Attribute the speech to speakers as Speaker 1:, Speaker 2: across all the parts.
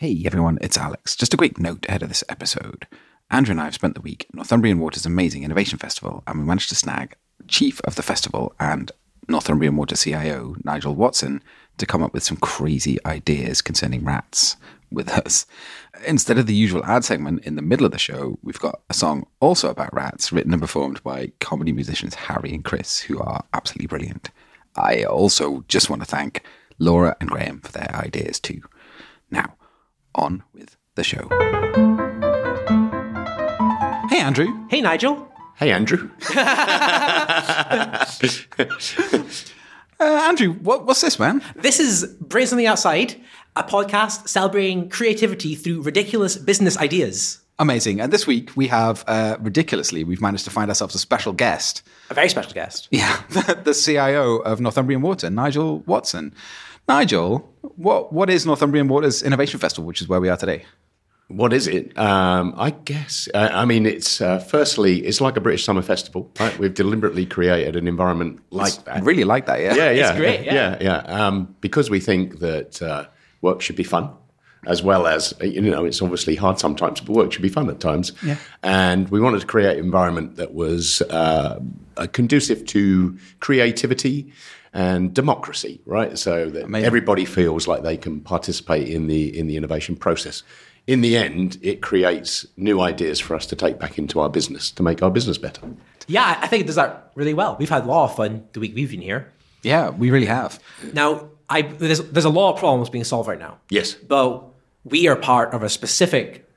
Speaker 1: Hey everyone, it's Alex. Just a quick note ahead of this episode. Andrew and I have spent the week at Northumbrian Water's amazing innovation festival, and we managed to snag chief of the festival and Northumbrian Water CIO, Nigel Watson, to come up with some crazy ideas concerning rats with us. Instead of the usual ad segment in the middle of the show, we've got a song also about rats written and performed by comedy musicians Harry and Chris, who are absolutely brilliant. I also just want to thank Laura and Graham for their ideas too. Now, on with the show. Hey, Andrew.
Speaker 2: Hey, Nigel.
Speaker 3: Hey, Andrew.
Speaker 1: Uh, Andrew, what, what's this, man?
Speaker 2: This is Brains on the Outside, a podcast celebrating creativity through ridiculous business ideas.
Speaker 1: Amazing. And this week we have, uh, ridiculously, we've managed to find ourselves a special guest.
Speaker 2: A very special guest.
Speaker 1: Yeah, the, the CIO of Northumbrian Water, Nigel Watson. Nigel, what, what is Northumbrian Water's Innovation Festival, which is where we are today?
Speaker 3: What is it? Um, I guess. Uh, I mean, it's uh, firstly, it's like a British summer festival, right? We've deliberately created an environment like that.
Speaker 1: Really like that, yeah?
Speaker 3: yeah, yeah,
Speaker 2: great, yeah.
Speaker 3: yeah, yeah. Um, because we think that uh, work should be fun, as well as uh, you know, it's obviously hard sometimes, but work should be fun at times. Yeah. And we wanted to create an environment that was uh, uh, conducive to creativity and democracy, right? So that everybody feels like they can participate in the in the innovation process. In the end, it creates new ideas for us to take back into our business to make our business better.
Speaker 2: Yeah, I think it does that really well. We've had a lot of fun the week we've been here.
Speaker 1: Yeah, we really have.
Speaker 2: Now, I, there's, there's a lot of problems being solved right now.
Speaker 3: Yes.
Speaker 2: But we are part of a specific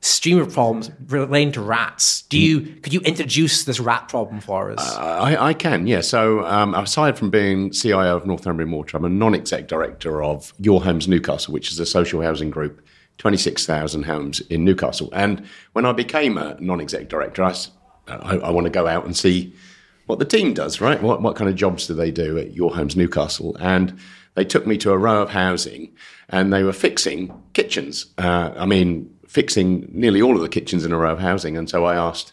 Speaker 2: stream of problems relating to rats. Do you could you introduce this rat problem for us?
Speaker 3: I, I can, yeah. So, um, aside from being CIO of Northumbrian Water, I'm a non exec director of Your Homes Newcastle, which is a social housing group, 26,000 homes in Newcastle. And when I became a non exec director, I, s- I- I want to go out and see what the team does, right? What, what kind of jobs do they do at Your Homes Newcastle? And they took me to a row of housing and they were fixing kitchens. Uh, I mean, fixing nearly all of the kitchens in a row of housing. And so I asked,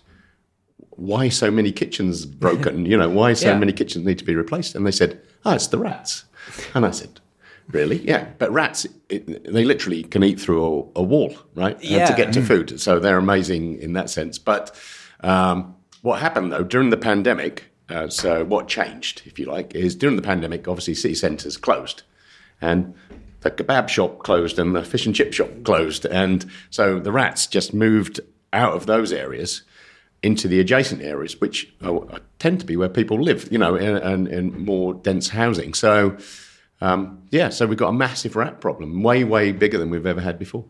Speaker 3: why so many kitchens broken? You know, why so
Speaker 2: Yeah.
Speaker 3: many kitchens need to be replaced? And they said, oh, it's the rats. And I said, really? Yeah. But rats, it, they literally can eat through a, a wall, right? Uh,
Speaker 2: Yeah.
Speaker 3: to get to food. So they're amazing in that sense. But um, what happened though during the pandemic, uh, so what changed, if you like, is during the pandemic, obviously city centres closed and the kebab shop closed and the fish and chip shop closed. And so the rats just moved out of those areas into the adjacent areas, which are, are- tend to be where people live, you know, and in, in, more dense housing. So, um, yeah, so we've got a massive rat problem, way, way bigger than we've ever had before.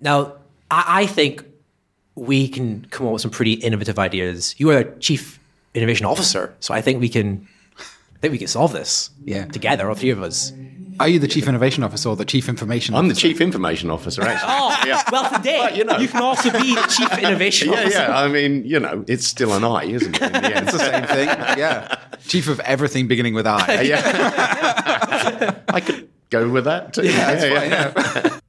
Speaker 2: Now, I, I think we can come up with some pretty innovative ideas. You are the chief innovation officer, so I think we can I think we can solve this.
Speaker 1: Yeah.
Speaker 2: Together, all three of us.
Speaker 1: Are you the Chief Innovation Officer or the Chief Information
Speaker 3: I'm the
Speaker 1: Officer?
Speaker 3: chief information officer, actually.
Speaker 2: Oh, well today you,
Speaker 3: you know.
Speaker 2: can also be the chief innovation
Speaker 3: Yeah,
Speaker 2: officer.
Speaker 3: yeah. I mean, you know, it's still an eye, isn't it? In the end?
Speaker 1: It's the same thing. Yeah. Chief of everything beginning with I.
Speaker 3: yeah. I could go with that. Too. Yeah,
Speaker 1: That's fine, yeah.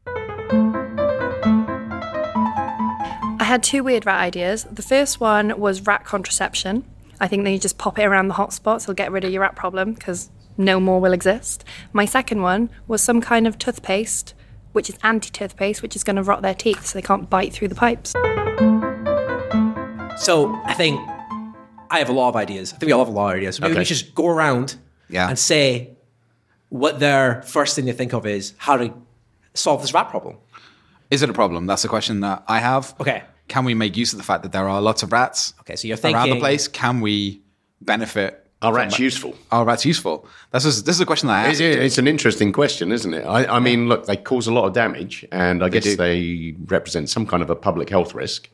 Speaker 4: I had two weird rat ideas. The first one was rat contraception. I think then you just pop it around the hotspots, it'll get rid of your rat problem because no more will exist. My second one was some kind of toothpaste, which is anti toothpaste, which is going to rot their teeth so they can't bite through the pipes.
Speaker 2: So I think I have a lot of ideas. I think we all have a lot of ideas. So maybe we
Speaker 3: Okay.
Speaker 2: should just go around
Speaker 1: Yeah.
Speaker 2: and say what their first thing they think of is how to solve this rat problem.
Speaker 1: Is it a problem? That's a question that I have.
Speaker 2: Okay.
Speaker 1: Can we make use of the fact that there are lots of rats
Speaker 2: Okay, so you're
Speaker 1: around the
Speaker 2: thinking-
Speaker 1: place? Can we benefit?
Speaker 3: Are rats useful?
Speaker 1: Are rats useful? This is this is a question that I
Speaker 3: It's,
Speaker 1: asked.
Speaker 3: it's an interesting question, isn't it? I, I mean, look, they cause a lot of damage, and I guess
Speaker 1: do.
Speaker 3: they represent some kind of a public health risk.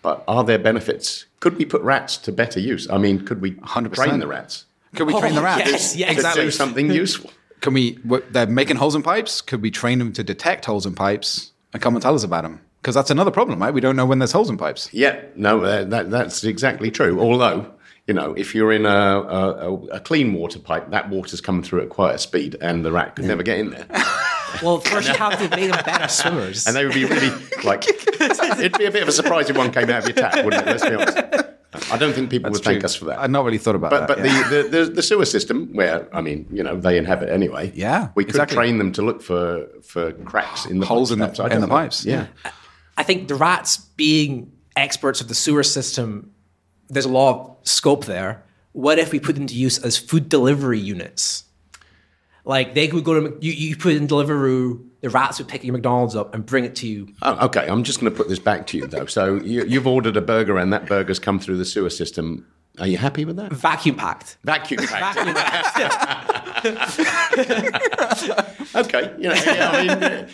Speaker 3: But are there benefits? Could we put rats to better use? I mean, could we
Speaker 1: 100%.
Speaker 3: train the rats
Speaker 1: Can we train the
Speaker 2: Oh,
Speaker 1: rats?
Speaker 2: yes, yes.
Speaker 3: to do
Speaker 1: exactly.
Speaker 3: something useful?
Speaker 1: Can we? What, they're making holes in pipes. Could we train them to detect holes in pipes and come and tell us about them? Because that's another problem, right? We don't know when there's holes in pipes.
Speaker 3: Yeah, no, uh, that, that's exactly true. Although, you know, if you're in a, a, a- a clean water pipe, that water's coming through at quite a speed, and the rat could never get in there.
Speaker 2: Well, first you have to make them better swimmers.
Speaker 3: And they would be really like, it'd be a bit of a surprise if one came out of your tap, wouldn't it? Let's be honest. I don't think people would thank us for that.
Speaker 1: I'd not really thought about
Speaker 3: but
Speaker 1: that.
Speaker 3: but
Speaker 1: yeah.
Speaker 3: the, the, the the sewer system, where I mean, you know, they inhabit anyway.
Speaker 1: Yeah,
Speaker 3: we could
Speaker 1: exactly.
Speaker 3: train them to look for for cracks in the
Speaker 1: Holes in the-
Speaker 3: pipes, perhaps. I
Speaker 1: in
Speaker 3: don't
Speaker 1: the
Speaker 3: know.
Speaker 1: pipes.
Speaker 3: Yeah,
Speaker 2: I think the rats being experts of the sewer system, there's a lot of scope there. What if we put them to use as food delivery units? Like they could go to you, you put in Deliveroo, the rats would pick your McDonald's up and bring it to you.
Speaker 3: Oh, okay, I'm just going to put this back to you though. So you, you've ordered a burger, and that burger's come through the sewer system. Are you happy with that?
Speaker 2: Vacuum packed.
Speaker 3: Vacuum packed.
Speaker 2: Vacuum packed.
Speaker 3: okay, you know, yeah, I mean, uh,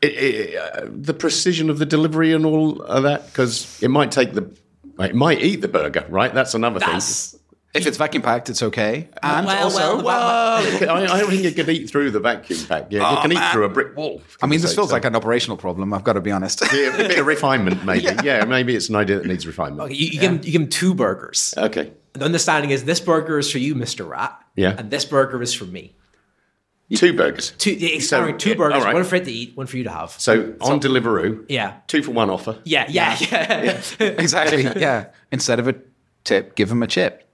Speaker 3: it, it, uh, the precision of the delivery and all of that, because it might take the, it might eat the burger, right? That's another
Speaker 2: That's
Speaker 1: if it's vacuum packed, it's okay. And
Speaker 2: Well, well,
Speaker 1: also,
Speaker 2: the
Speaker 3: thing. Well, I, I don't think it could eat through the vacuum pack. Yeah, it can eat through a brick wall.
Speaker 1: I mean, this feels like an operational problem. I've got to be honest.
Speaker 3: Yeah, a bit of refinement, maybe. Yeah. Oh, maybe it's an idea that needs refinement.
Speaker 2: you, you give them, you give them two burgers.
Speaker 3: Okay.
Speaker 2: the understanding is this burger is for you, Mister Rat.
Speaker 3: Yeah.
Speaker 2: And this burger is for me.
Speaker 3: Two burgers.
Speaker 2: Two, it's sorry, two
Speaker 3: yeah,
Speaker 2: burgers,
Speaker 3: all right.
Speaker 2: one for it to eat, one for you to have.
Speaker 3: So on Deliveroo,
Speaker 2: yeah.
Speaker 3: two for one offer.
Speaker 2: Yeah, yeah, yeah.
Speaker 1: exactly. Yeah. Instead of a tip, give them a chip.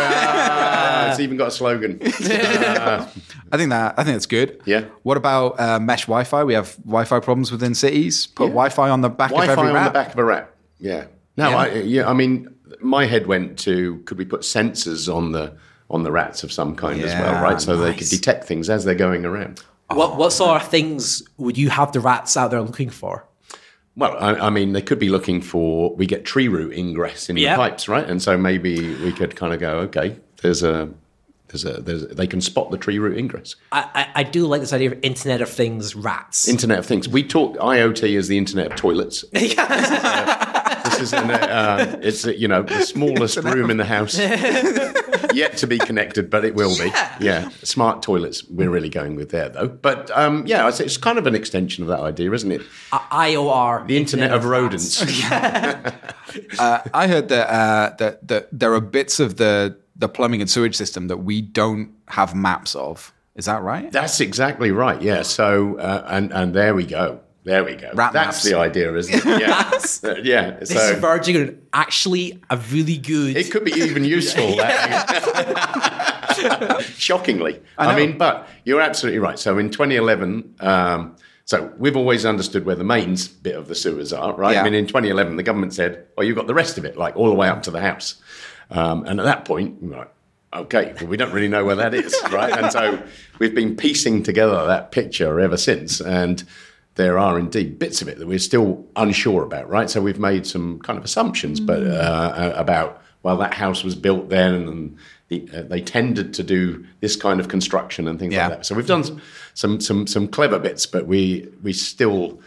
Speaker 3: Ah, it's even got a slogan.
Speaker 1: I think that I think that's good.
Speaker 3: Yeah.
Speaker 1: What about uh, mesh Wi-Fi? We have Wi-Fi problems within cities. Put Wi-Fi on the back of
Speaker 3: Wi-Fi
Speaker 1: every
Speaker 3: on
Speaker 1: wrap.
Speaker 3: the back of a wrap. Yeah. No,
Speaker 1: Yeah.
Speaker 3: I yeah, I mean my head went to could we put sensors on the on the rats of some kind as well,
Speaker 1: Yeah,
Speaker 3: right? So they could
Speaker 1: nice.
Speaker 3: detect things as they're going around.
Speaker 2: What what sort of things would you have the rats out there looking for?
Speaker 3: Well, I, I mean, they could be looking for we get tree root ingress in
Speaker 2: Yeah.
Speaker 3: the pipes, right? And so maybe we could kind of go, okay, there's a there's a there's a, they can spot the tree root ingress.
Speaker 2: I, I, I do like this idea of Internet of Things rats.
Speaker 3: Internet of Things. We talk IoT is the Internet of toilets. This is an, uh, it's uh, you know the smallest room in the house, yet to be connected, but it will be. Yeah, smart toilets. We're really going with there though. But um, yeah, it's, it's kind of an extension of that idea, isn't it?
Speaker 2: I- IOR.
Speaker 3: The Internet of rodents.
Speaker 1: I heard that, uh, that that there are bits of the the plumbing and sewage system that we don't have maps of. Is that right?
Speaker 3: That's exactly right. Yeah. So uh, and and there we go. There we go.
Speaker 1: Rat maps.
Speaker 3: That's the idea, isn't it? Yeah. Uh, yeah.
Speaker 2: This is
Speaker 3: So
Speaker 2: verging on actually a really good.
Speaker 3: it could be even useful. that. Shockingly, I, mean, but you're absolutely right. So in 2011. Um, so we've always understood where the mains bit of the sewers are, right?
Speaker 1: Yeah.
Speaker 3: I mean, in 2011, the government said, "Well, you've got the rest of it, like all the way up to the house." Um, and at that point, we were like, okay, well, we don't really know where that is, right? And so we've been piecing together that picture ever since. And there are indeed bits of it that we're still unsure about, right? So we've made some kind of assumptions, but uh, about well, that house was built then, and the, uh, they tended to do this kind of construction and things
Speaker 1: Yeah.
Speaker 3: like that. So we've done some, some some some clever bits, but we we still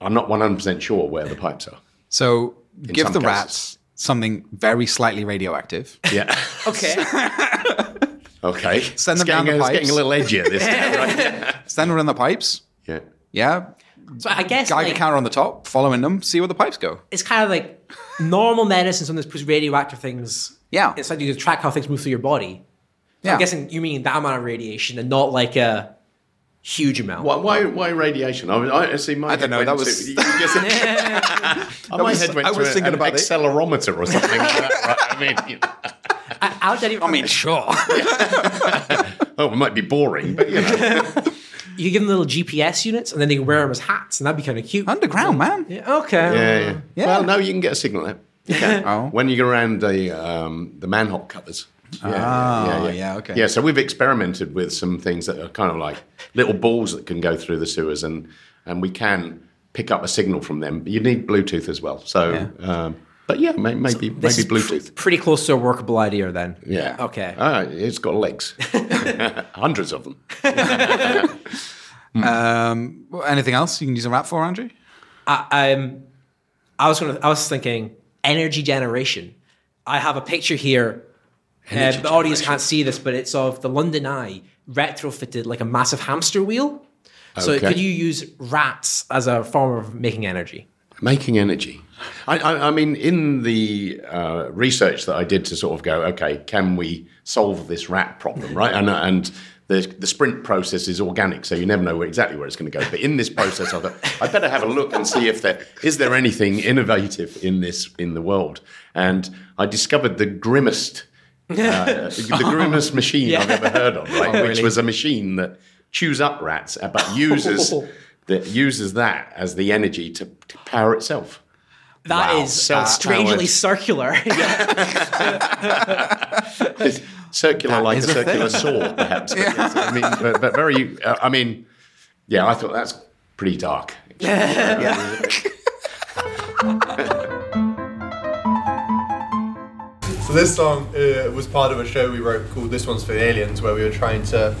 Speaker 3: are not one hundred percent sure where the pipes are.
Speaker 1: So give
Speaker 3: some
Speaker 1: the
Speaker 3: cases.
Speaker 1: rats something very slightly radioactive.
Speaker 3: Yeah.
Speaker 2: okay.
Speaker 3: Okay.
Speaker 1: Send them
Speaker 3: it's
Speaker 1: down
Speaker 3: getting,
Speaker 1: the
Speaker 3: it's getting
Speaker 1: pipes.
Speaker 3: a little edgier this time, right?
Speaker 1: Stand around the pipes.
Speaker 3: Yeah.
Speaker 1: Yeah.
Speaker 2: So I guess
Speaker 1: Guy the
Speaker 2: like,
Speaker 1: counter on the top, following them, see where the pipes go.
Speaker 2: it's kind of like normal medicine sometimes puts radioactive things
Speaker 1: Yeah.
Speaker 2: inside you to track how things move through your body.
Speaker 1: Yeah.
Speaker 2: I'm guessing you mean that amount of radiation and not like a huge amount.
Speaker 3: Why, why, why radiation? I, mean, I see my I
Speaker 1: don't know, that was-
Speaker 3: my
Speaker 1: was-
Speaker 3: head went
Speaker 1: I was
Speaker 3: to a-
Speaker 1: thinking
Speaker 3: an
Speaker 1: about it.
Speaker 3: accelerometer or something like that. Right? I mean, you know.
Speaker 2: I, how did I, even, I mean,
Speaker 1: sure.
Speaker 3: oh, it might be boring, but you know.
Speaker 2: you could give them little GPS units and then they can wear them as hats and that'd be kind of cute.
Speaker 1: Underground, man.
Speaker 2: Yeah, okay.
Speaker 3: Yeah, yeah.
Speaker 1: Yeah.
Speaker 3: Well, no, you can get a signal out.
Speaker 1: Oh.
Speaker 3: When you go around the um, the manhole covers. Yeah,
Speaker 1: Ah, yeah, okay.
Speaker 3: Yeah, so we've experimented with some things that are kind of like little balls that can go through the sewers, and and we can pick up a signal from them. You need Bluetooth as well. So, um, but yeah, may, maybe
Speaker 2: This
Speaker 3: maybe
Speaker 2: is pr-
Speaker 3: Bluetooth.
Speaker 2: pretty close to a workable idea then.
Speaker 3: Yeah.
Speaker 2: Okay.
Speaker 3: Ah, it's got legs. Hundreds of them.
Speaker 1: Um, well, anything else you can use a rat for, Andrew?
Speaker 2: I, I'm. I was gonna. I was thinking energy generation. I have a picture here. Uh, the audience can't see this, but it's of the London Eye retrofitted like a massive hamster wheel. So
Speaker 3: Okay.
Speaker 2: could you use rats as a form of making energy?
Speaker 3: Making energy. I, I, I mean, in the uh, research that I did to sort of go, okay, can we solve this rat problem, right? And, and the, the sprint process is organic, so you never know where, exactly where it's going to go. But in this process, I thought I better have a look and see if there is there anything innovative in this in the world. And I discovered the grimmest, uh, the grimmest machine I've ever heard of, right?
Speaker 2: Oh,
Speaker 3: which
Speaker 2: really?
Speaker 3: was a machine that chews up rats, uh, but uses that uses that as the energy to, to power itself.
Speaker 2: That is
Speaker 3: Wow.
Speaker 2: uh,
Speaker 3: Self-powered.
Speaker 2: strangely circular. Yeah.
Speaker 3: It's circular like a
Speaker 1: is a
Speaker 3: circular saw, perhaps. But yes, I mean, but, but very. Uh, I mean, yeah, I thought that's pretty dark.
Speaker 5: So this song uh, was part of a show we wrote called "This One's for the Aliens," where we were trying to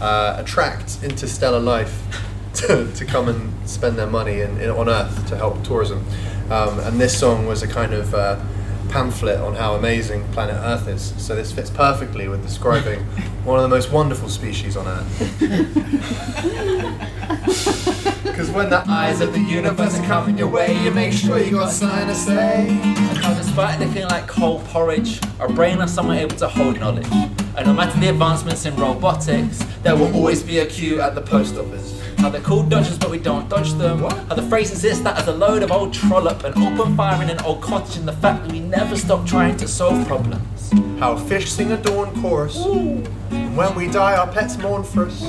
Speaker 5: uh, attract interstellar life to, to come and spend their money in, in, on Earth to help tourism. Um, and this song was a kind of uh, pamphlet on how amazing planet Earth is. So this fits perfectly with describing one of the most wonderful species on Earth. Because when the eyes of the universe are coming your way, you make sure you got something to say.
Speaker 6: Now, despite looking like cold porridge, our brain are somewhat able to hold knowledge. And no matter the advancements in robotics, there will always be a queue at the post office. How they're called dodgers, but we don't dodge them. How the phrase exists that as a load of old trollop, an open fire in an old cottage, and the fact that we never stop trying to solve problems.
Speaker 5: How fish sing a dawn chorus. And when we die, our pets mourn for us.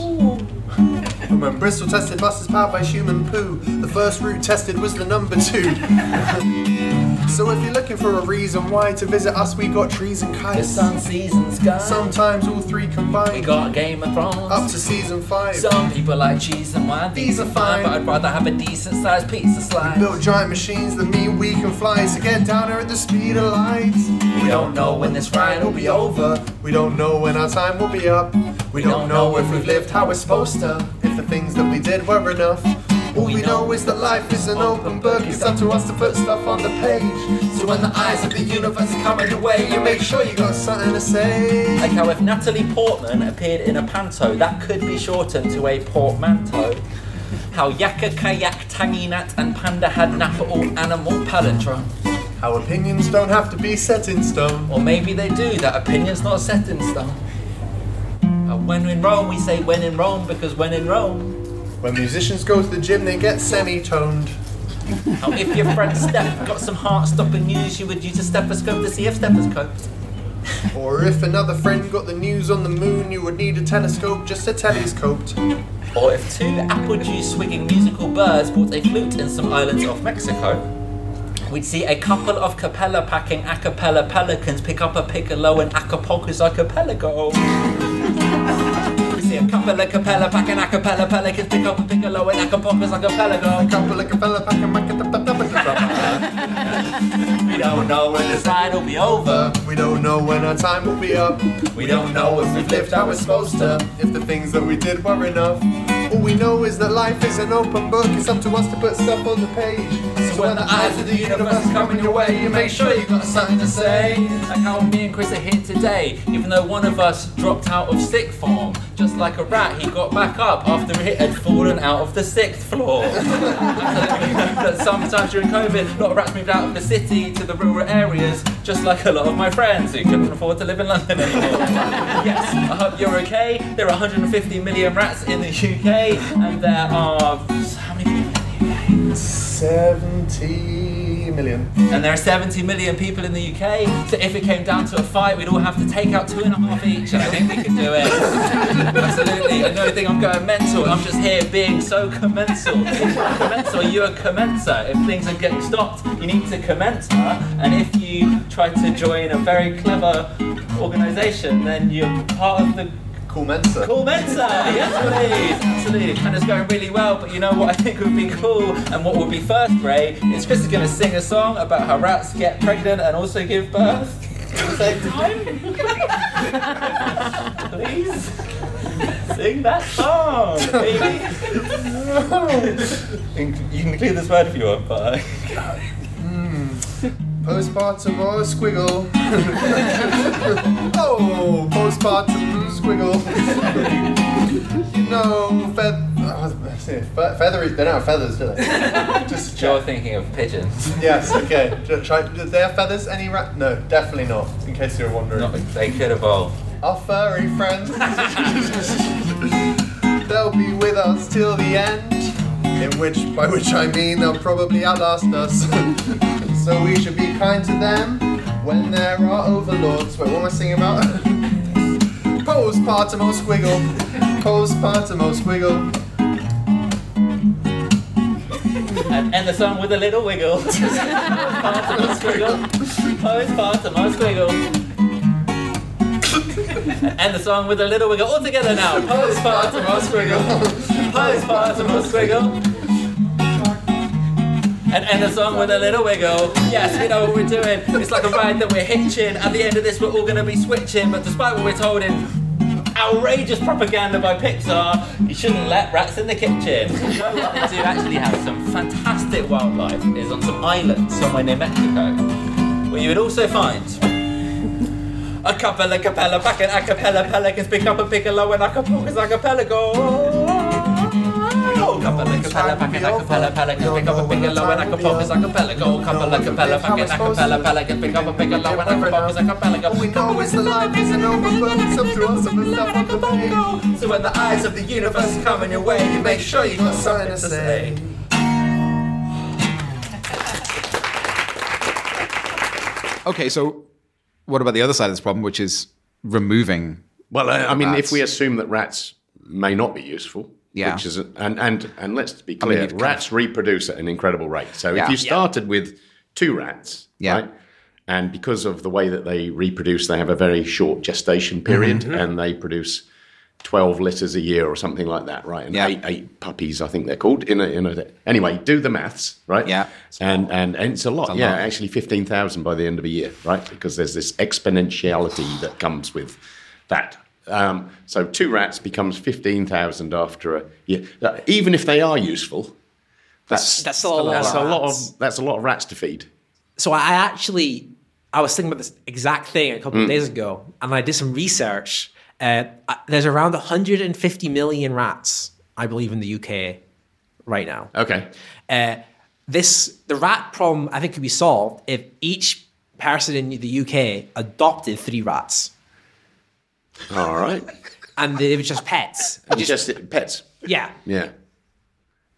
Speaker 5: And when Bristol tested buses powered by human poo, the first route tested was the number two. so if you're looking for a reason why to visit us, we got trees and
Speaker 6: The
Speaker 5: kites.
Speaker 6: sun, seasons, sky.
Speaker 5: Sometimes all three
Speaker 6: we
Speaker 5: combined.
Speaker 6: got Game of Thrones.
Speaker 5: Up to season five.
Speaker 6: Some people like cheese and wine. These are fine, but I'd rather have a decent sized pizza slice.
Speaker 5: Built giant machines that mean we can fly. So get down here at the speed of light.
Speaker 6: We don't know when this ride will be over.
Speaker 5: We don't know when our time will be up. We don't know if we've lived how we're supposed to. If the things that we did were enough. All we know is that life is an open book. It's up to us to put stuff on the page. So when the eyes of the universe are coming your way, you make sure you got something to say.
Speaker 6: Like how if Natalie Portman appeared in a panto, that could be shortened to a portmanteau. How Yakka Kayak Tangy Nat and Panda had Napa all animal palindrome.
Speaker 5: Our opinions don't have to be set in stone.
Speaker 6: Or maybe they do, that opinion's not set in stone. And when in Rome, we say when in Rome because when in Rome.
Speaker 5: When musicians go to the gym, they get semi-toned.
Speaker 6: How if your friend Steph got some heart stopping news, you would use a stethoscope to see if stethoscopes.
Speaker 5: Or if another friend got the news on the moon, you would need a telescope just to telescope.
Speaker 6: Or if two apple juice swigging musical birds bought a flute in some islands off Mexico, we'd see a couple of capella packing a cappella pelicans pick up a piccolo and Acapulco's archipelago. we see a couple of capella packing a cappella pelicans pick up a piccolo and Acapulco's archipelago.
Speaker 5: Couple of capella pack a mac- a tap- a tap- a tap- a tap.
Speaker 6: We don't know when this ride will be over.
Speaker 5: We don't know when our time will be up.
Speaker 6: We don't know if we've lived how we're supposed to.
Speaker 5: If the things that we did were enough. All we know is that life is an open book. It's up to us to put stuff on the page.
Speaker 6: So when the eyes of the universe are coming your way, you make sure you got something to say. Like how me and Chris are here today, even though one of us dropped out of sick form. Just like a rat, he got back up after it had fallen out of the sixth floor. that sometimes during COVID, a lot of rats moved out of the city to the rural areas, just like a lot of my friends who couldn't afford to live in London anymore. yes, I hope you're okay. There are 150 million rats in the UK, and there are. How many people in the UK?
Speaker 5: 70 million.
Speaker 6: and there are 70 million people in the UK. So if it came down to a fight, we'd all have to take out two and a half each, and I think we could do it. Absolutely. I don't think I'm going mental. I'm just here being so commensal. commensal, you're a commencer. If things are getting stopped, you need to commencer. And if you try to join a very clever organisation, then you're part of the
Speaker 5: Cool Mensa.
Speaker 6: Cool Mensa, yes please, absolutely. And it's going really well, but you know what I think would be cool and what would be first grade is Chris is gonna sing a song about how rats get pregnant and also give birth at the same time. please sing that song, baby. In- you can include this word if you want, but
Speaker 5: Postpartum or squiggle. oh, postpartum squiggle. no, oh, feather. Feathery. They don't have feathers, do they? Just a
Speaker 6: you're
Speaker 5: joke.
Speaker 6: thinking of pigeons.
Speaker 5: Yes, okay. Ju- Try, do they have feathers? Any rat? No, definitely not, in case you were wondering.
Speaker 6: Not, they could evolve.
Speaker 5: Our furry friends. they'll be with us till the end. In which, by which I mean they'll probably outlast us. so we should be kind to them when there are overlords. Wait, what am I singing about? Postpartum squiggle. Postpartum squiggle.
Speaker 6: And end the song with a little wiggle. Postpartum squiggle. Postpartum squiggle. End the song with a little wiggle. All together now. Postpartum squiggle. Postpartum squiggle. And end the song with a little wiggle. Yes, we know what we're doing. It's like a ride that we're hitching. At the end of this, we're all gonna be switching. But despite what we're told in outrageous propaganda by Pixar, you shouldn't let rats in the kitchen. You know what? They do actually have some fantastic wildlife. Is on some island somewhere near Mexico, where you would also find a couple of capella back in acapella pelicans pick up a piccolo and acapulco's archipelago. Couple of capella back in acapella pelicans pick up a piccolo and acapulco's archipelago. Couple of capella back in acapella pelicans pick up a piccolo and acapulco's archipelago.
Speaker 5: All we know is the life is an overload. It's up to us to put stuff on the plate.
Speaker 6: So when the eyes of the universe come in your way, you make sure you got something to say.
Speaker 1: Okay, so what about the other side of this problem, which is removing?
Speaker 3: Well, I, I mean,
Speaker 1: uh, Rats.
Speaker 3: if we assume that rats may not be useful,
Speaker 1: Yeah.
Speaker 3: which is a, and and and let's be
Speaker 1: mean,
Speaker 3: clear,
Speaker 1: you've kind
Speaker 3: rats reproduce at an incredible rate. So
Speaker 1: Yeah.
Speaker 3: if you
Speaker 1: Yeah.
Speaker 3: started with two rats,
Speaker 1: Yeah.
Speaker 3: right, and because of the way that they reproduce, they have a very short gestation
Speaker 1: Mm-hmm.
Speaker 3: period, and they produce. 12 litters a year or something like that right and
Speaker 1: Yeah.
Speaker 3: eight, eight puppies i think they're called in a, in a anyway do the maths right
Speaker 1: Yeah.
Speaker 3: and and, and it's a lot yeah
Speaker 1: lot.
Speaker 3: actually 15,000 by the end of a year, right? Because there's this exponentiality that comes with that. Um, so two rats becomes 15,000 after a year. Uh, Even if they are useful, that's,
Speaker 2: That's still a lot
Speaker 3: that's
Speaker 2: of
Speaker 3: a lot
Speaker 2: rats.
Speaker 3: of that's a lot of rats to feed.
Speaker 2: So I actually, I was thinking about this exact thing a
Speaker 3: Mm.
Speaker 2: couple of days ago, and I did some research. Uh, I- there's around 150 million rats, I believe, in the UK right now.
Speaker 3: Okay.
Speaker 2: Uh, this the rat problem, I think, could be solved if each person in the UK adopted three rats,
Speaker 3: All right.
Speaker 2: and they were just pets.
Speaker 3: Just, pets.
Speaker 2: Yeah,
Speaker 3: Yeah.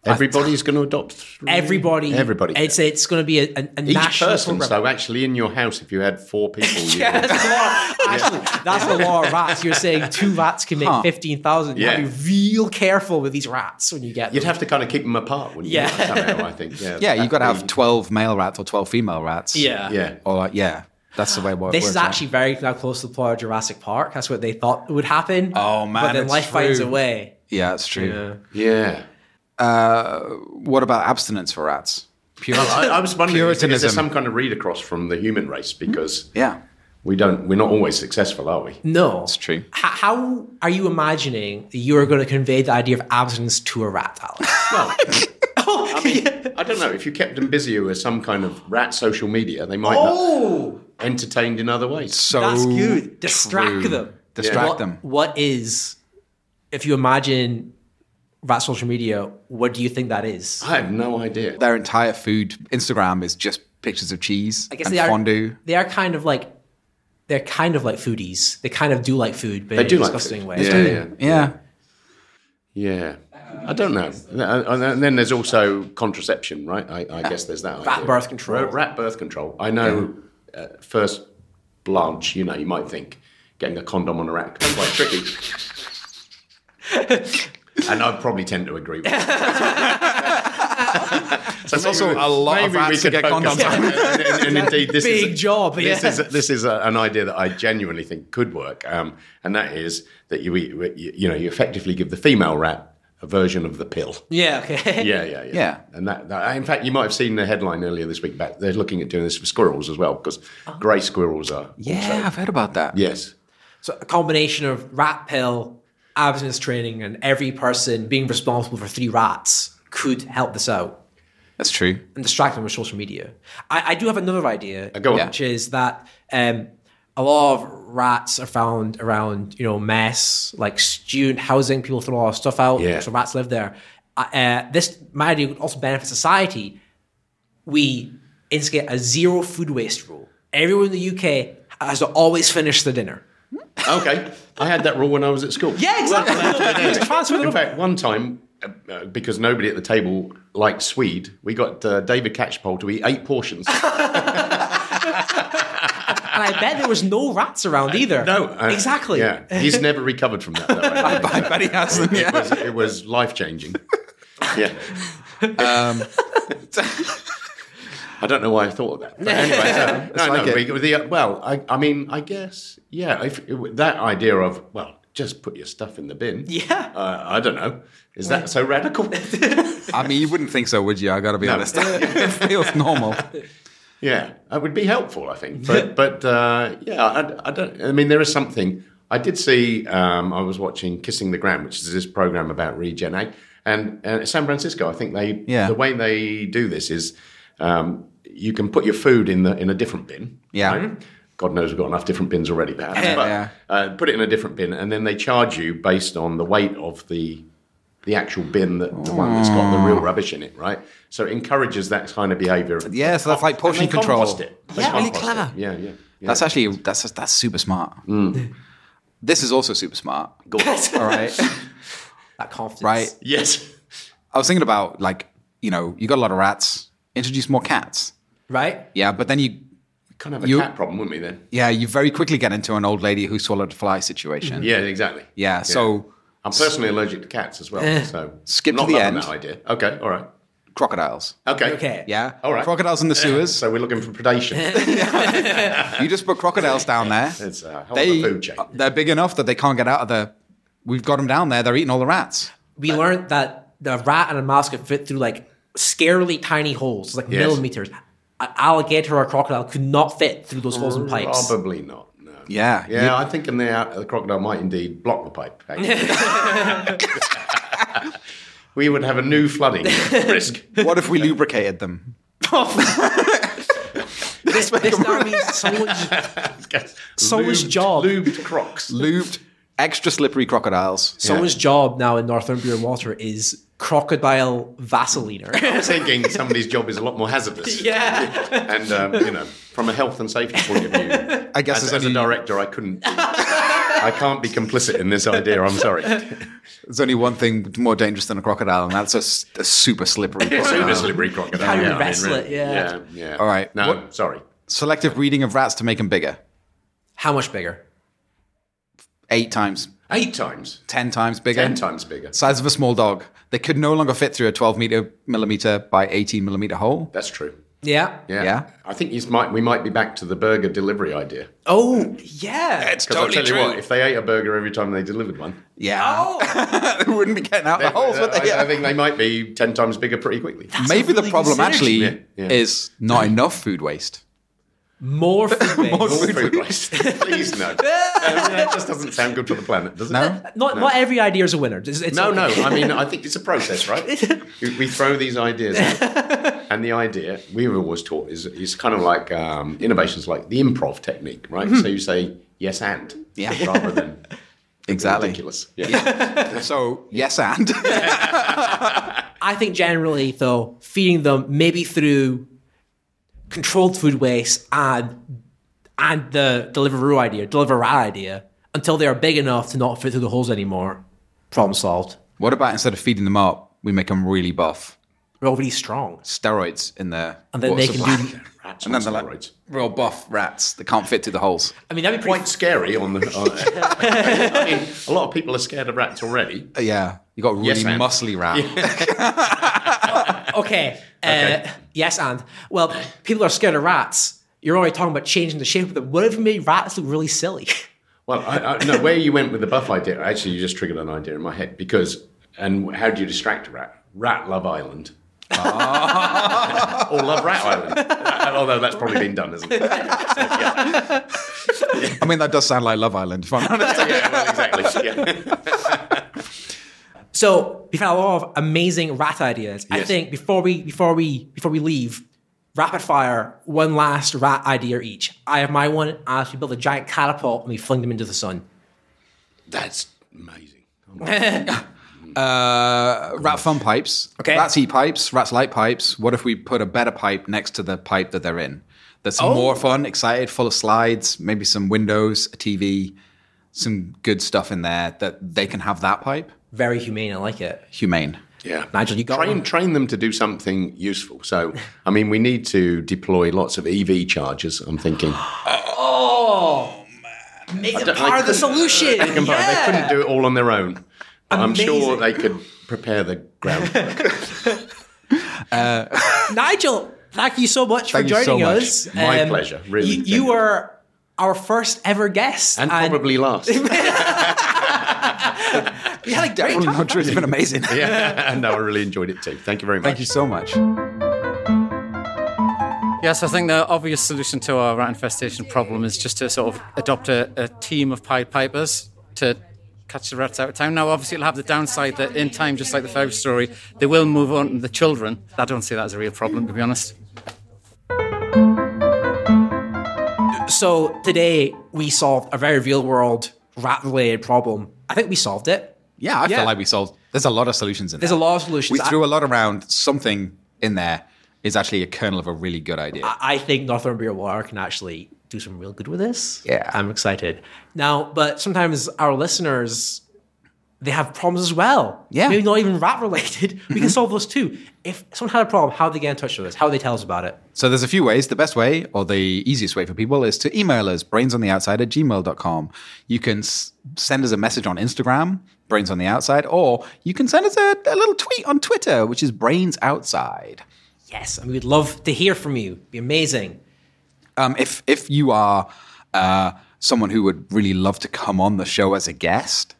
Speaker 3: Everybody's going to adopt three.
Speaker 2: everybody,
Speaker 3: Everybody.
Speaker 2: It's it's going to be a, a, a
Speaker 3: Each
Speaker 2: national
Speaker 3: person,
Speaker 2: program.
Speaker 3: so actually in your house, if you had four people, you
Speaker 2: Yeah, that's a lot. Actually, that's a lot of rats. You're saying two rats can make
Speaker 1: Huh.
Speaker 2: fifteen thousand. You
Speaker 3: Yeah.
Speaker 2: have to be real careful with these rats when you get
Speaker 3: would
Speaker 2: them.
Speaker 3: have to kind of keep them apart, wouldn't
Speaker 2: Yeah.
Speaker 3: you? Somehow, I think. Yeah,
Speaker 1: Yeah, you've got to
Speaker 3: that'd
Speaker 1: have
Speaker 3: be-
Speaker 1: twelve male rats or twelve female rats.
Speaker 2: yeah.
Speaker 3: Yeah.
Speaker 1: or like yeah, that's the way it works.
Speaker 2: This is
Speaker 1: right?
Speaker 2: actually very now close to the plot of Jurassic Park. That's what they thought would happen.
Speaker 1: Oh, man,
Speaker 2: But then
Speaker 1: it's
Speaker 2: life finds a
Speaker 1: true.
Speaker 2: way.
Speaker 1: yeah, that's true.
Speaker 3: Yeah.
Speaker 1: What about abstinence for rats? Purity.
Speaker 3: I, I was wondering if is there
Speaker 1: Puritanism. Hmm.
Speaker 3: some kind of read across from the human race because
Speaker 1: yeah,
Speaker 3: we don't we're not always successful, are we?
Speaker 2: No, it's
Speaker 1: true.
Speaker 2: How, are you imagining that you are going to convey the idea of abstinence to a rat, Alex?
Speaker 3: Well, I mean, I don't know. If you kept them busy with some kind of rat social media, they might
Speaker 2: oh,
Speaker 3: not entertained in other ways.
Speaker 1: so
Speaker 2: that's good. Distract
Speaker 1: true.
Speaker 2: them.
Speaker 1: Distract
Speaker 2: What-
Speaker 1: them.
Speaker 2: What is, if you imagine rat social media, what do you think that is?
Speaker 3: I have no idea.
Speaker 1: Their entire food Instagram is just pictures of cheese
Speaker 2: I guess
Speaker 1: and
Speaker 2: they are
Speaker 1: fondue.
Speaker 2: They are kind of like, they're kind of like foodies. They kind of do like food, but
Speaker 3: they
Speaker 2: in
Speaker 3: do
Speaker 2: a
Speaker 3: like
Speaker 2: disgusting
Speaker 3: food.
Speaker 2: way.
Speaker 3: Yeah, yeah,
Speaker 1: Yeah,
Speaker 3: yeah. I don't know. And and then there's also contraception, right? I, I guess there's that.
Speaker 2: Rat
Speaker 3: idea.
Speaker 2: birth control.
Speaker 3: Ra- Rat birth control. I know. Uh, first blanche, you know, you might think getting a condom on a rat can be quite tricky. And I probably tend to agree with that. so There's
Speaker 1: also a lot of rats that get condoms on.
Speaker 3: and, and- and indeed, this
Speaker 2: Big
Speaker 3: is,
Speaker 2: job,
Speaker 3: This
Speaker 2: yeah.
Speaker 3: is this is a, an idea that I genuinely think could work, um, and that is that you, you you know you effectively give the female rat a version of the pill.
Speaker 2: Yeah, okay.
Speaker 3: Yeah, yeah, yeah.
Speaker 1: Yeah.
Speaker 3: And that, that, in fact, you might have seen the headline earlier this week. About they're looking at doing this for squirrels as well because
Speaker 2: Oh.
Speaker 3: grey squirrels are.
Speaker 1: yeah, I've heard about that.
Speaker 3: Yes.
Speaker 2: So a combination of rat pill, abstinence training, and every person being responsible for three rats could help this out
Speaker 1: that's true.
Speaker 2: and distract them with social media. I, I do have another idea,
Speaker 3: Uh, go on.
Speaker 2: which is that um, a lot of rats are found around you know mess, like student housing. People throw a lot of stuff out,
Speaker 3: Yeah.
Speaker 2: so rats live there. Uh, uh, this my idea would also benefit society. We instigate a zero food waste rule. Everyone in the UK has to always finish their dinner.
Speaker 3: okay, I had that rule when I was at school.
Speaker 2: Yeah, exactly. It's transfer the
Speaker 3: In fact, one time, uh, uh, because nobody at the table liked Swede, we got uh, David Catchpole to eat eight portions.
Speaker 2: and I bet there was no rats around either.
Speaker 3: Uh,
Speaker 2: exactly.
Speaker 3: Yeah, he's never recovered from that. though, I don't
Speaker 1: I
Speaker 3: think.
Speaker 1: bet he hasn't.
Speaker 3: It
Speaker 1: Yeah.
Speaker 3: was, it was life changing. Yeah. I don't know why I thought of that. But anyway, so, no,
Speaker 5: like
Speaker 3: no,
Speaker 5: it.
Speaker 3: we- the, well, I, I mean, I guess, yeah, if that idea of, well, just put your stuff in the bin.
Speaker 2: Yeah.
Speaker 3: Uh, I don't know. Is that so radical?
Speaker 1: I mean, you wouldn't think so, would you? I got to be honest. it feels normal.
Speaker 3: Yeah, it would be helpful, I think. But but uh, yeah, I, I don't. I mean, there is something. I did see. Um, I was watching Kissing the Ground, which is this program about regen ag, and uh, San Francisco. I think they
Speaker 1: Yeah.
Speaker 3: the way they do this is um, you can put your food in the in a different bin.
Speaker 1: Yeah.
Speaker 3: God knows we've got enough different bins already, perhaps. But
Speaker 1: Yeah.
Speaker 3: uh, put it in a different bin, and then they charge you based on the weight of the the actual bin, that, the one that's got the
Speaker 1: Mm.
Speaker 3: real rubbish in it, right? So it encourages that kind of behaviour. of-
Speaker 1: Yeah, so that's like
Speaker 3: and
Speaker 1: portion
Speaker 3: they
Speaker 1: control.
Speaker 3: compost it. They
Speaker 1: Yeah, really
Speaker 3: compost
Speaker 1: clever.
Speaker 3: it. Yeah, yeah. yeah. Mm.
Speaker 1: That's actually that's that's super smart. This is also super smart. All right,
Speaker 2: That confidence.
Speaker 1: right.
Speaker 3: yes.
Speaker 1: I was thinking about like you know you got a lot of rats. Introduce more cats.
Speaker 2: Right?
Speaker 1: Yeah, but then you
Speaker 3: Kind of a
Speaker 1: You-
Speaker 3: cat problem, wouldn't we then?
Speaker 1: yeah you very quickly get into an old lady who swallowed a fly situation.
Speaker 3: Yeah, exactly.
Speaker 1: Yeah, so- Eh,
Speaker 3: I'm personally allergic to cats as well, so
Speaker 1: Skip to
Speaker 3: not
Speaker 1: the
Speaker 3: loving
Speaker 1: end.
Speaker 3: That idea. Okay, all right.
Speaker 1: Crocodiles.
Speaker 3: Okay.
Speaker 2: Okay.
Speaker 1: Yeah.
Speaker 3: Oh. All right.
Speaker 1: Crocodiles in the sewers.
Speaker 3: So we're looking for predation.
Speaker 1: you just put crocodiles down there.
Speaker 3: it's uh, a whole
Speaker 1: They uh,
Speaker 3: other food chain.
Speaker 1: they're big enough that they can't get out of the. We've got them down there. They're eating all the rats.
Speaker 2: We learned that the rat and a mouse could fit through like scarily tiny holes, like
Speaker 3: Yes.
Speaker 2: millimeters. An alligator or a crocodile could not fit through those holes and pipes.
Speaker 3: Probably not. No.
Speaker 1: Yeah.
Speaker 3: Yeah, I think in the, out- the crocodile might indeed block the pipe. actually. we would have a new flooding risk.
Speaker 1: What if we lubricated them?
Speaker 2: This, this now means someone's Someone's
Speaker 3: Lubed-
Speaker 2: job.
Speaker 3: Lubed crocs.
Speaker 1: Lubed, extra slippery crocodiles.
Speaker 2: Someone's job now in Northumbrian water is crocodile vaseliner.
Speaker 3: I was thinking somebody's job is a lot more hazardous.
Speaker 2: yeah.
Speaker 3: And, um, you know, from a health and safety point of view,
Speaker 1: I guess
Speaker 3: as,
Speaker 1: there's
Speaker 3: as a
Speaker 1: only,
Speaker 3: director, I couldn't. I can't be complicit in this idea. I'm sorry.
Speaker 1: there's only one thing more dangerous than a crocodile, and that's a, s- a super slippery
Speaker 3: Super
Speaker 1: crocodile.
Speaker 3: slippery crocodile.
Speaker 2: How do you
Speaker 3: I mean,
Speaker 2: wrestle it? Yeah.
Speaker 3: yeah, yeah.
Speaker 1: All right.
Speaker 3: No,
Speaker 1: What-
Speaker 3: sorry.
Speaker 1: Selective breeding of rats to make them bigger.
Speaker 2: How much bigger?
Speaker 1: Eight times,
Speaker 3: Eight times,
Speaker 1: ten times bigger.
Speaker 3: ten times bigger.
Speaker 1: Size of a small dog. They could no longer fit through a 12 meter millimeter by 18 millimeter hole.
Speaker 3: That's true.
Speaker 2: Yeah.
Speaker 3: Yeah.
Speaker 1: Yeah.
Speaker 3: I think you might, we might be back to the burger delivery idea.
Speaker 2: Oh, yeah.
Speaker 1: It's
Speaker 3: 'Cause I tell you what, if they ate a burger every time they delivered one,
Speaker 1: yeah.
Speaker 2: Oh.
Speaker 1: they wouldn't be getting out of the
Speaker 3: Oh,
Speaker 1: holes, would they?
Speaker 3: I, I think Oh! they might be ten times bigger pretty quickly.
Speaker 1: Maybe the
Speaker 2: really
Speaker 1: problem
Speaker 2: good synergy.
Speaker 1: actually
Speaker 3: Yeah, yeah.
Speaker 1: is not enough food waste.
Speaker 2: More food
Speaker 1: More
Speaker 2: waste.
Speaker 1: food
Speaker 3: Food waste. Please no. Um, yeah, it just doesn't sound good for the planet, does it?
Speaker 1: No?
Speaker 2: Not, not every idea is a winner. It's, it's
Speaker 3: No, no.
Speaker 2: okay.
Speaker 3: I mean, I think it's a process, right? we, we throw these ideas out. And the idea we were always taught is, is kind of like um, innovations like the improv technique, right? So you say yes and
Speaker 1: Mm-hmm. Yeah.
Speaker 3: rather than
Speaker 1: Exactly.
Speaker 3: ridiculous. Yeah.
Speaker 1: So, yes, and.
Speaker 2: I think generally, though, feeding them maybe through controlled food waste and and the Deliveroo idea, Deliveroo idea, until they are big enough to not fit through the holes anymore. Problem solved.
Speaker 1: what about instead of feeding them up, we make them really buff?
Speaker 2: We're already strong.
Speaker 1: steroids in there.
Speaker 2: And then they can do.
Speaker 3: Rats
Speaker 1: And
Speaker 3: on
Speaker 1: then they're like
Speaker 3: steroids.
Speaker 1: real buff rats that can't fit through the holes.
Speaker 2: I mean, that'd be pretty
Speaker 3: Quite scary on the. on- I mean, a lot of people are scared of rats already.
Speaker 1: Uh, yeah, you got a really
Speaker 3: Yes, ma'am.
Speaker 1: muscly rat.
Speaker 2: Okay. Uh, Yes, and well, people are scared of rats. You're already talking about changing the shape of them. What if you made rats look really silly?
Speaker 3: Well, I, I, no, where you went with the buff idea, actually, you just triggered an idea in my head because, and how do you distract a rat? Rat Love Island. or Love Rat Island. Uh, Although that's probably been done, isn't it?
Speaker 1: I mean, that does sound like Love Island. If I'm honest.
Speaker 3: Yeah, well, exactly. Yeah.
Speaker 2: So we've had a lot of amazing rat ideas. I
Speaker 3: Yes.
Speaker 2: think before we before we before we leave, rapid fire one last rat idea each. I have my one. As we build a giant catapult and we fling them into the sun.
Speaker 3: That's amazing. Oh
Speaker 1: uh, rat fun pipes.
Speaker 2: Okay.
Speaker 1: Rats eat pipes. Rats like pipes. What if we put a better pipe next to the pipe
Speaker 2: Oh.
Speaker 1: that they're in? That's more fun, excited, full of slides, maybe some windows, a TV, some good stuff in there that they can have that pipe.
Speaker 2: Very humane. I like it.
Speaker 1: Humane.
Speaker 3: Yeah.
Speaker 2: Nigel, you got
Speaker 3: train
Speaker 2: one?
Speaker 3: train them to do something useful. So, I mean, we need to deploy lots of EV chargers. I'm thinking.
Speaker 2: Make it part of the
Speaker 3: don't- Oh, I couldn't-
Speaker 2: solution.
Speaker 3: They can-
Speaker 2: yeah.
Speaker 3: They couldn't do it all on their own. But I'm sure
Speaker 2: Amazing.
Speaker 3: they could prepare the ground.
Speaker 2: Nigel, thank you so much
Speaker 3: Thank
Speaker 2: for
Speaker 3: you so
Speaker 2: joining
Speaker 3: much.
Speaker 2: us. Um,
Speaker 3: My pleasure, really,
Speaker 2: You, you
Speaker 3: genuinely.
Speaker 2: were our first ever guest,
Speaker 3: and probably last.
Speaker 2: we had a great
Speaker 1: Definitely
Speaker 2: time.
Speaker 1: not true. It's been amazing.
Speaker 3: yeah, no, I really enjoyed it too. Thank you very much.
Speaker 1: Thank you so much.
Speaker 7: Yes, I think the obvious solution to our rat infestation problem is just to sort of adopt a, a team of Pied Pipers to catch the rats out of town. Now, obviously, it'll have the downside that in time, just like the Ferb story, they will move on to the children. I don't see that as a real problem, to be honest.
Speaker 2: So today we solved a very real world rat related problem. I think we solved it.
Speaker 1: Yeah, I
Speaker 2: Yeah.
Speaker 1: feel like we solved. There's a lot of solutions in
Speaker 2: There's
Speaker 1: there.
Speaker 2: a lot of solutions.
Speaker 1: We
Speaker 2: I-
Speaker 1: threw a lot around. Something in there is actually a kernel of a really good idea.
Speaker 2: I think Northumbria Water can actually do some real good with this.
Speaker 1: Yeah.
Speaker 2: I'm excited. Now, but sometimes our listeners, they have problems as well.
Speaker 1: Yeah.
Speaker 2: Maybe not even rat related. We can solve those too. If someone had a problem, how would they get in touch with us? How would they tell us about it?
Speaker 1: So there's a few ways. The best way or the easiest way for people is to email us brainsontheoutside at gmail.com. You can s- send us a message on Instagram, brains on the outside, or you can send us a, a little tweet on Twitter, which is brains outside.
Speaker 2: Yes. And we'd love to hear from you. It'd be amazing.
Speaker 1: Um, if if you are uh, someone who would really love to come on the show as a guest,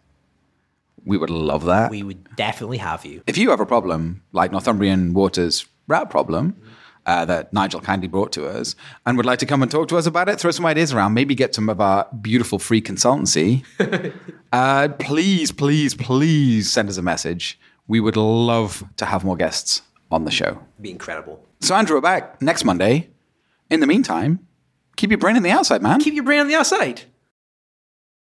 Speaker 1: we would love that.
Speaker 2: We would definitely have you.
Speaker 1: if you have a problem like Northumbrian Waters rat problem uh, that Nigel kindly brought to us and would like to come and talk to us about it, throw some ideas around, maybe get some of our beautiful free consultancy, uh, please, please, please send us a message. We would love to have more guests on the show.
Speaker 2: It'd be incredible.
Speaker 1: So, Andrew, we're back next Monday. In the meantime, keep your brain on the outside, man.
Speaker 2: Keep your brain on the outside.